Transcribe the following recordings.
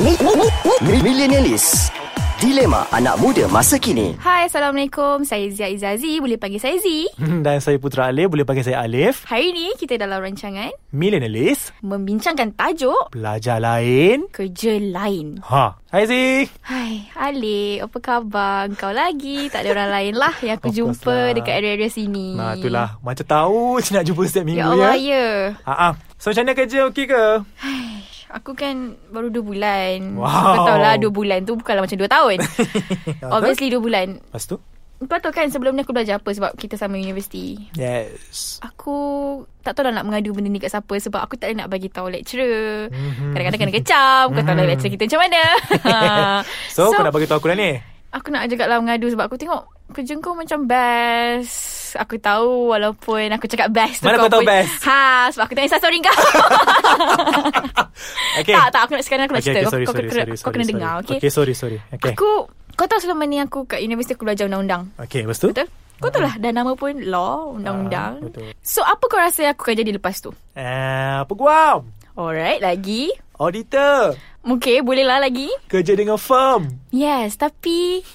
Mi- mi- mi- Millenialis Dilema anak muda masa kini Hai, Assalamualaikum. Saya Zia Izazi. Boleh panggil saya Zee. Hmm, Dan saya Putra Alif Boleh panggil saya Alif Hari ini kita dalam rancangan Millennialist membincangkan tajuk Pelajar lain kerja lain. Ha Hai Zik Hai, Ali, apa khabar? Kau lagi. Tak ada orang lain lah yang aku Of course jumpa lah. dekat area-area sini. Nah itulah Macam tahu je nak jumpa setiap minggu Hmm. Ya Allah, ya. ya. Ha, ha. So macam mana kerja okey ke? Aku kan baru 2 bulan. Wow. Ya, Kau tahu lah 2 bulan tu bukanlah macam 2 tahun. Obviously 2 bulan. Lepas tu? Kau tahu kan sebelum ni aku belajar apa sebab kita sama universiti. Yes Aku tak tahu dah nak mengadu benda ni kat siapa sebab aku tak boleh nak bagi tahu lecturer. Mm-hmm. Kadang-kadang kena kecam, kau tahu lah Mhm. lecturer kita macam mana. So, so kau nak bagi tahu aku dah ni aku nak ajak lah mengadu sebab aku tengok kerja kau macam best. Aku tahu walaupun aku cakap best tu Mana kau tahu pun- best? Ha, sebab aku tengok Insta story kau. okay. Tak, tak. Aku nak sekarang aku nak okay, cerita. Kau- okay, sorry, kau, sorry, kena, sorry, kau kena sorry, dengar, sorry. okay? Okay, sorry, sorry Okay, Aku, kau tahu selama ni aku kat universiti aku belajar undang-undang. okay lepas tu? Betul? Kau tahu lah, dah nama pun law, Ah, undang-undang. betul. so, apa kau rasa aku akan jadi lepas tu? Eh, peguam Alright, lagi. Auditor Okay, bolehlah lagi. Kerja dengan firm Yes, tapi...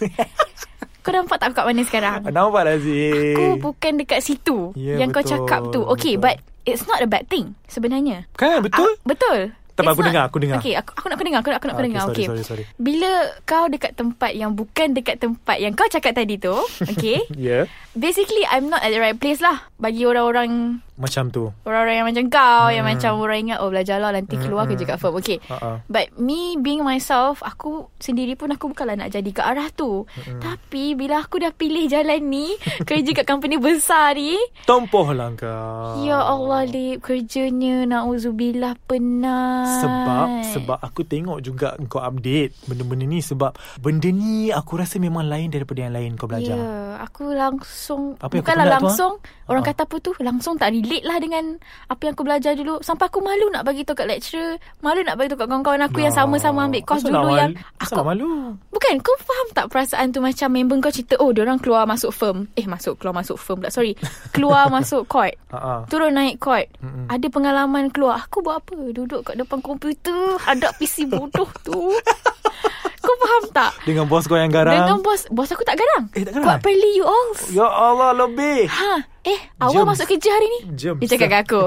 kau nampak tak aku kat mana sekarang? Nampak lah Zik Aku bukan dekat situ Ya, yang kau betul, cakap tu. Okay, betul. but it's not a bad thing sebenarnya. Kan betul? Ah, betul. Tak apa, It's aku not- dengar, aku dengar. Okay, aku, aku nak aku dengar, aku nak aku nak Ah, aku okay, dengar. okay. sorry, sorry, sorry. Bila kau dekat tempat yang bukan dekat tempat yang kau cakap tadi tu, okay? Ya yeah. basically I'm not at the right place lah bagi orang-orang Macam tu orang-orang yang macam kau hmm. yang macam orang ingat oh belajar lah nanti keluar kerja kat firm. Okay. Hmm, Ha-ha. But me being myself Aku sendiri pun Aku bukanlah nak jadi ke arah tu mm-hmm. Tapi Bila aku dah pilih jalan ni Kerja kat company besar ni Tempoh lah kau Ya Allah Lip Kerjanya Na'udzubillah penat Sebab Sebab aku tengok juga Kau update Benda-benda ni Sebab Benda ni Aku rasa memang lain Daripada yang lain kau Ya belajar yeah. yeah, Aku langsung Apa yang kau Bukanlah penat tu, ah? langsung tu, Orang Ha. kata apa tu Langsung tak relate lah dengan Apa yang aku belajar dulu Sampai aku malu nak bagi tahu kat lecturer Malu nak bagi tahu kat kawan-kawan aku Ya. Yang sama-sama ambil kos dulu lah, yang Asal nak malu Bukan kau faham tak perasaan tu macam member kau cerita oh diorang keluar masuk firm. Eh masuk keluar masuk firm pula sorry. Keluar masuk court. Ha-ha. Turun naik court. Mm-mm. Ada pengalaman keluar. Aku buat apa? Duduk kat depan komputer hadap PC bodoh tu. kau faham tak? Dengan bos kau yang Dengan garang bos bos aku tak garang. Eh, tak Kuat garang, eh? perli you all. Ya Allah lebih Ha, eh awal Jom. masuk kerja hari ni. Jom, Dia cakap kat aku.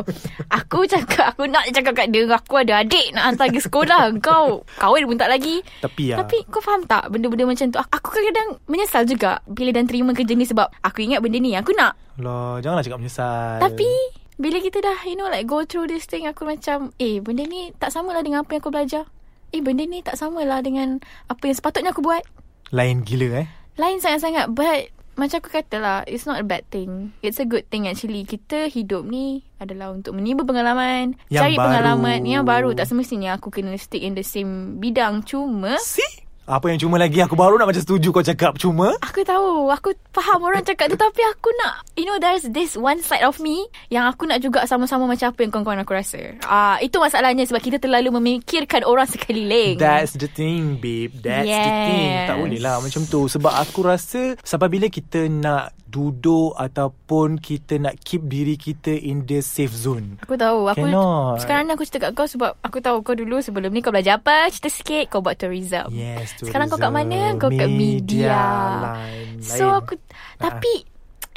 aku cakap aku nak cakap kat dia aku ada adik nak hantar pergi sekolah. Kau kawin pun tak lagi. Tapi ya Tapi kau faham tak benda-benda macam tu Aku- Aku kadang-kadang menyesal juga Bila dan terima kerja ni Sebab aku ingat benda ni yang aku nak Loh, Lah, Janganlah cakap menyesal Tapi Bila kita dah you know like go through this thing Aku macam Eh benda ni tak samalah dengan apa yang aku belajar Eh benda ni tak samalah dengan Apa yang sepatutnya aku buat Lain gila eh Lain sangat-sangat But Macam aku kata lah It's not a bad thing It's a good thing actually Kita hidup ni Adalah untuk menimba pengalaman Yang Cari baru. pengalaman Yang baru Tak semestinya aku kena stick in the same bidang Cuma See Apa yang cuma lagi Aku baru nak macam setuju kau cakap Cuma Aku tahu Aku faham orang cakap tu Tapi aku nak You know there's this one side of me Yang aku nak juga sama-sama Macam apa yang kawan-kawan aku rasa Ah uh, Itu masalahnya Sebab kita terlalu memikirkan orang sekeliling That's the thing babe That's yes. the thing Yes. Tak boleh lah macam tu Sebab aku rasa Sampai bila kita nak duduk Ataupun kita nak keep diri kita In the safe zone Aku tahu aku Cannot. Sekarang ni aku cerita kat kau Sebab aku tahu kau dulu Sebelum ni kau belajar apa Cerita sikit Kau buat tourism Yes tourism. Sekarang kau kat mana? Kau kat media. lain, So lain. Ah. aku Tapi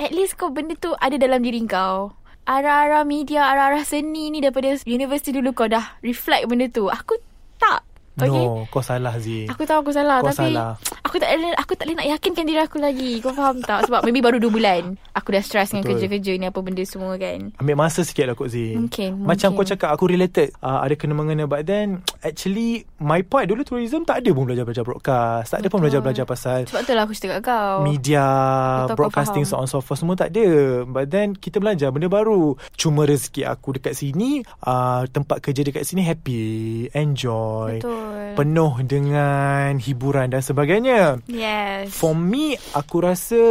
At least kau benda tu Ada dalam diri kau Arah-arah media Arah-arah seni ni Daripada universiti dulu Kau dah reflect benda tu Aku tak Okay No kau salah Zee Aku tahu aku salah Eh, Kau tapi salah. aku tak boleh aku tak boleh nak yakinkan diri aku lagi. Kau faham tak? Sebab maybe baru 2 bulan. Aku dah stres dengan Betul. kerja-kerja ni apa benda semua kan. Ambil masa sikit lah kot Zee Mungkin, Macam mungkin. kau cakap Aku related uh, Ada kena-mengena But then Actually My part dulu tourism Tak ada pun belajar-belajar broadcast Tak ada pun Betul. belajar-belajar pasal Sebab tu lah aku cerita kat kau. media Betul, aku broadcasting so faham. on so forth semua tak ada but then kita belajar benda baru cuma rezeki aku dekat sini uh, tempat kerja dekat sini happy enjoy Betul. penuh dengan hiburan dan sebagainya yes. for me aku rasa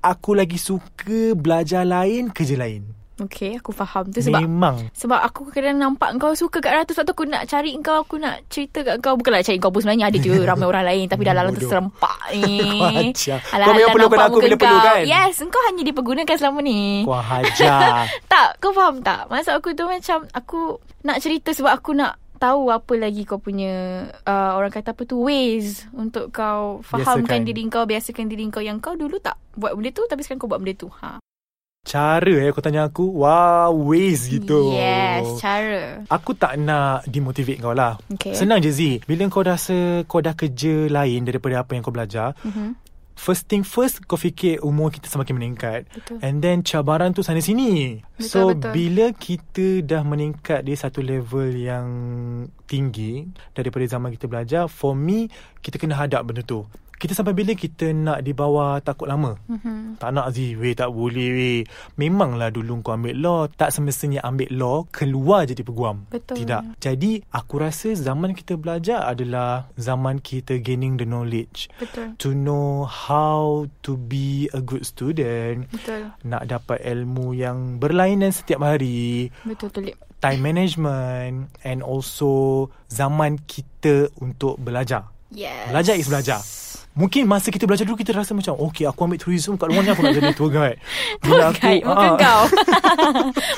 aku lagi suka belajar lain kerja lain Okay, aku faham tu sebab memang sebab aku kadang nampak kau suka kat Ratu Sebab tu aku nak cari kau Aku nak cerita kat kau Bukanlah cari kau pun sebenarnya Ada je ramai orang lain Tapi dalam tu Bodoh. serempak ni Kau ajar. Kau Alah-alah memang perlukan nampak aku muka bila perlu, kau. kan? Yes Kau hanya dipergunakan selama ni kau hajar Tak, kau faham tak? Maksud aku tu macam aku nak cerita sebab aku nak tahu apa lagi kau punya uh, orang kata apa tu ways untuk kau fahamkan Biasakan. diri kau, biasakan diri kau yang kau dulu tak buat benda tu tapi sekarang kau buat benda tu. Ha. Cara eh kau tanya aku, wow, ways gitu. Yes, cara. Aku tak nak demotivate kau lah. Okay. Senang je Z. Bila kau rasa kau dah kerja lain daripada apa yang kau belajar, Mhm. first thing first kau fikir umur kita semakin meningkat. Betul. And then cabaran tu sana sini. Betul, so betul. bila kita dah meningkat di satu level yang tinggi daripada zaman kita belajar, for me kita kena hadap benda tu. Kita sampai bila kita nak di bawah takut lama. Mhm. Tak nak Aziz Weh tak boleh weh Memanglah dulu kau ambil law Tak semestinya ambil law Keluar jadi peguam Betul. Tidak Jadi aku rasa zaman kita belajar adalah Zaman kita gaining the knowledge Betul. To know how to be a good student Betul. Nak dapat ilmu yang berlainan setiap hari Betul Tulip. Time management And also Zaman kita untuk belajar Yes. Belajar is belajar. Mungkin masa kita belajar dulu kita rasa macam okay aku ambil tourism kat luar ni aku nak jadi tour guide. Tour guide Bukan ah, kau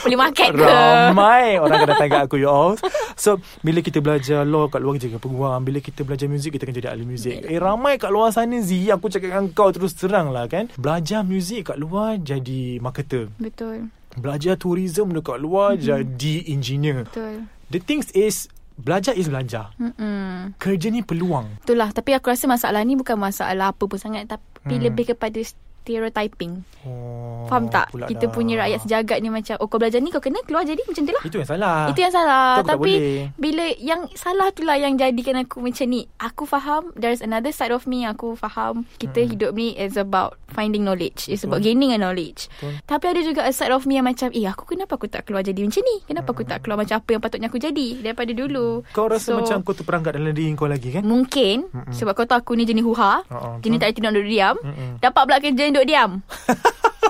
Boleh market ke Ramai orang akan datang kat aku You all So bila kita belajar law Kat luar kerja peguam Bila kita belajar muzik Kita akan jadi ahli muzik Eh ramai kat luar sana Z Aku cakap dengan kau Terus terang lah kan Belajar muzik kat luar Jadi marketer Betul Belajar tourism dekat luar mm-hmm. Jadi engineer Betul The things is Belajar is belajar Mm-mm. Kerja ni peluang Itulah Tapi aku rasa masalah ni Bukan masalah apa pun sangat Tapi Hmm. lebih kepada stereotyping oh, Faham tak? pula Kita dah. punya rakyat sejagat ni macam Oh kau belajar ni kau kena keluar jadi macam tu lah Itu yang salah Itu yang salah Itu aku tak Tapi boleh. bila yang salah tu lah yang jadikan aku macam ni Aku faham There's another side of me yang aku faham Kita hmm. hidup ni is about finding knowledge It's about Betul. gaining a knowledge Betul. Tapi ada juga a side of me yang macam Eh aku kenapa aku tak keluar jadi macam ni Kenapa hmm. aku tak keluar macam apa yang patutnya aku jadi Daripada dulu Kau rasa so, macam kau terperangkap dalam diri kau lagi Mm, kan? Mungkin Mm-mm. Sebab kau tahu aku ni jenis huha Ha-ha, Jenis tak boleh duduk diam Oh, Mm-mm. Dapat pula kerja duduk diam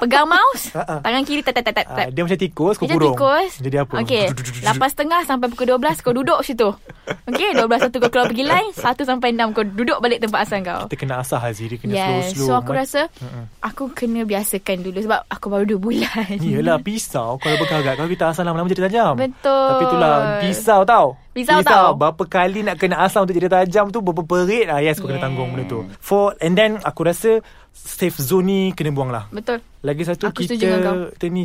Pegang mouse Ha-ha. Tangan kiri tat tat tat tat Ah, dia macam tikus, kau Macam kurung. tikus Jadi apa? Okay 8.30 sampai pukul 12 Kau duduk situ Okay 12 satu kau keluar pergi line 1 sampai 6 Kau duduk balik tempat asal kau Kita kena asah Haziq. Dia kena Yes slow-slow. So aku Mat- rasa Mm-mm. Aku kena biasakan dulu Sebab aku baru 2 bulan Yelah, pisau. Kalau berkarat, kalau kita asah lama-lama jadi tajam. Betul. Tapi itulah, pisau tau. Pisau tau. Berapa kali nak kena asam untuk jadi tajam tu, berapa perit. Ah, yes, kau Yes. kena tanggung benda tu. For, and then aku rasa safe zone ni kena buang lah. Betul Lagi satu Aku setuju dengan kau. kita kita ni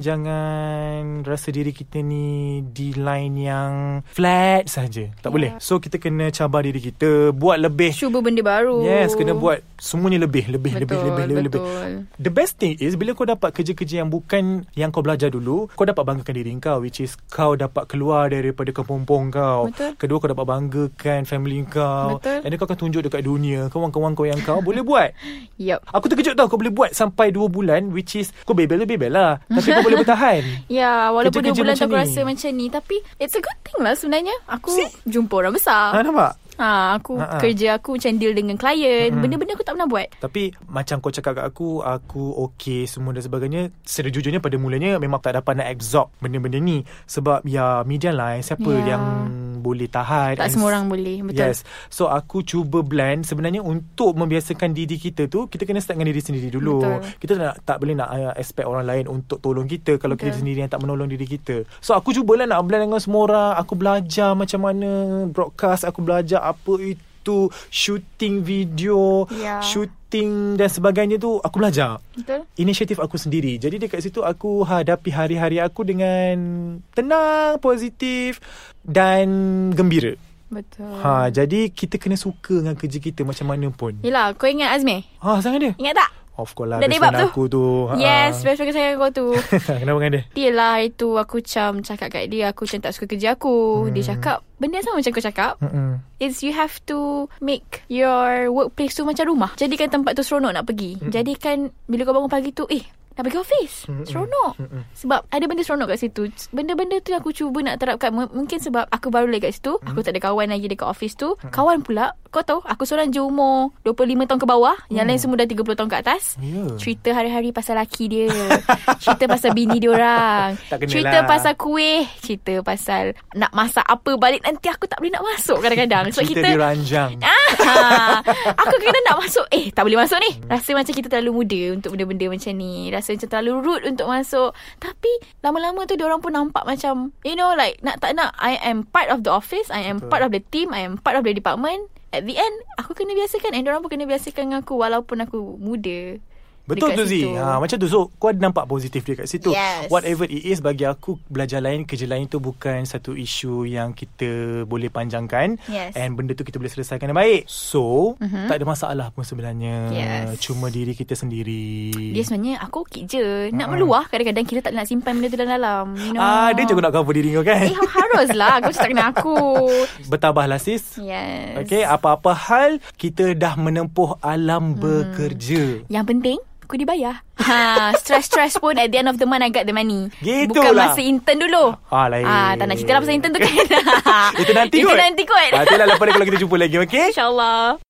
jangan rasa diri kita ni di line yang flat saja. Tak Yeah. yeah. boleh. So kita kena cabar diri kita, buat lebih. Cuba benda baru Yes, kena buat semuanya lebih, lebih, Betul lebih, lebih, lebih, lebih. Betul The best thing is bila kau dapat kerja-kerja yang bukan yang kau belajar dulu, kau dapat banggakan diri kau which is kau dapat keluar daripada kepompong kau. Betul. Kedua kau dapat banggakan family kau. Betul. And then kau akan tunjuk dekat dunia kawan-kawan kau yang kau boleh buat. Yup Aku terkejut tau kau boleh buat sampai 2 bulan which is kau bebel-bebel lah. Tapi kau boleh bertahan. Ya, walaupun dua Kerja-kerja bulan tu macam aku ni. rasa macam ni Tapi it's a good thing lah sebenarnya Aku jumpa orang besar Ha, nampak? Ha, aku Ha, Mm-hmm. ha. kerja aku macam deal dengan klien. Mm-mm. Benda-benda aku tak pernah buat. Tapi macam kau cakap kat aku, aku okay semua dan sebagainya. Secara jujurnya pada mulanya memang tak dapat nak absorb benda-benda ni. Sebab ya media line siapa Ya. yang boleh tahan. Tak and semua orang boleh, betul. Yes. So aku cuba blend sebenarnya untuk membiasakan diri kita tu kita kena start dengan diri sendiri dulu. Betul. Kita tak tak boleh nak uh, expect orang lain untuk tolong kita kalau Betul. kita sendiri yang tak menolong diri kita. So aku cubalah nak blend dengan semua orang. Aku belajar macam mana broadcast, aku belajar apa itu shooting video, Ya. shooting dan sebagainya tu aku belajar. Betul? Inisiatif aku sendiri. Jadi dekat situ aku hadapi hari-hari aku dengan tenang, positif dan gembira. Betul. Ha, jadi kita kena suka dengan kerja kita macam mana pun. Yelah, kau ingat Azmi? Ha, sangat dia. Ingat tak? Of course lah. Dah best friend debab tu. Aku tu. Ha. Yes, best friend saya kau tu. Kenapa dengan dia? Dia lah hari tu aku macam cakap kat dia aku macam tak suka kerja aku. Hmm. Dia cakap benda yang sama macam kau cakap. Mm-mm. It's you have to make your workplace tu macam rumah. Jadikan tempat tu seronok nak pergi. Jadikan bila kau bangun pagi tu eh nak pergi office. Mm-mm. Seronok. Mm-mm. Sebab ada benda seronok kat situ. Benda-benda tu yang aku cuba nak terapkan. M- mungkin sebab aku baru lagi kat situ. Aku tak ada kawan lagi dekat office tu. Kawan pula Kau tahu Aku seorang je umur 25 tahun ke bawah hmm. Yang lain semua dah 30 tahun ke atas Mm. Ya. Cerita hari-hari pasal laki dia Cerita pasal bini dia orang Tak lah. kenalah. Cerita pasal kuih Cerita pasal Nak masak apa balik Nanti aku tak boleh nak masuk kadang-kadang Sebab Cerita kita diranjang Ah, aku kena nak masuk Eh tak boleh masuk ni Rasa macam kita terlalu muda Untuk benda-benda macam ni Rasa macam terlalu rude Untuk masuk Tapi Lama-lama tu Diorang pun nampak macam You know like Nak tak nak I am part of the office I am Betul. part of the team I am part of the department At the end Aku kena biasakan And diorang pun kena biasakan dengan aku Walaupun aku muda Betul Dekat tu Zee situ. ha, Macam tu So kau ada nampak positif dia kat situ Yes. Whatever it is Bagi aku Belajar lain Kerja lain tu Bukan satu isu Yang kita Boleh panjangkan Yes. Mhm. And benda tu kita boleh selesaikan dengan baik So mm-hmm. Tak ada masalah pun sebenarnya Yes. Cuma diri kita sendiri Dia sebenarnya Aku okey je Nak meluah Kadang-kadang kita tak nak simpan Benda tu dalam-dalam you know? Ah, Dia juga nak cover diri kau kan Eh haruslah Kau macam tak kena aku Bertabahlah sis Yes Okay Apa-apa hal Kita dah menempuh Hmm. Alam bekerja Yang penting aku dibayar. Ha, stress-stress pun at the end of the month I got the money. Gitu Bukan lah. masa intern dulu. Ah, lain. Ah, tak nak cerita lah pasal intern tu kan. Itu nanti Itu kot lah, nanti kot. Ah, Itulah lepas ni kalau kita jumpa lagi Okay InsyaAllah.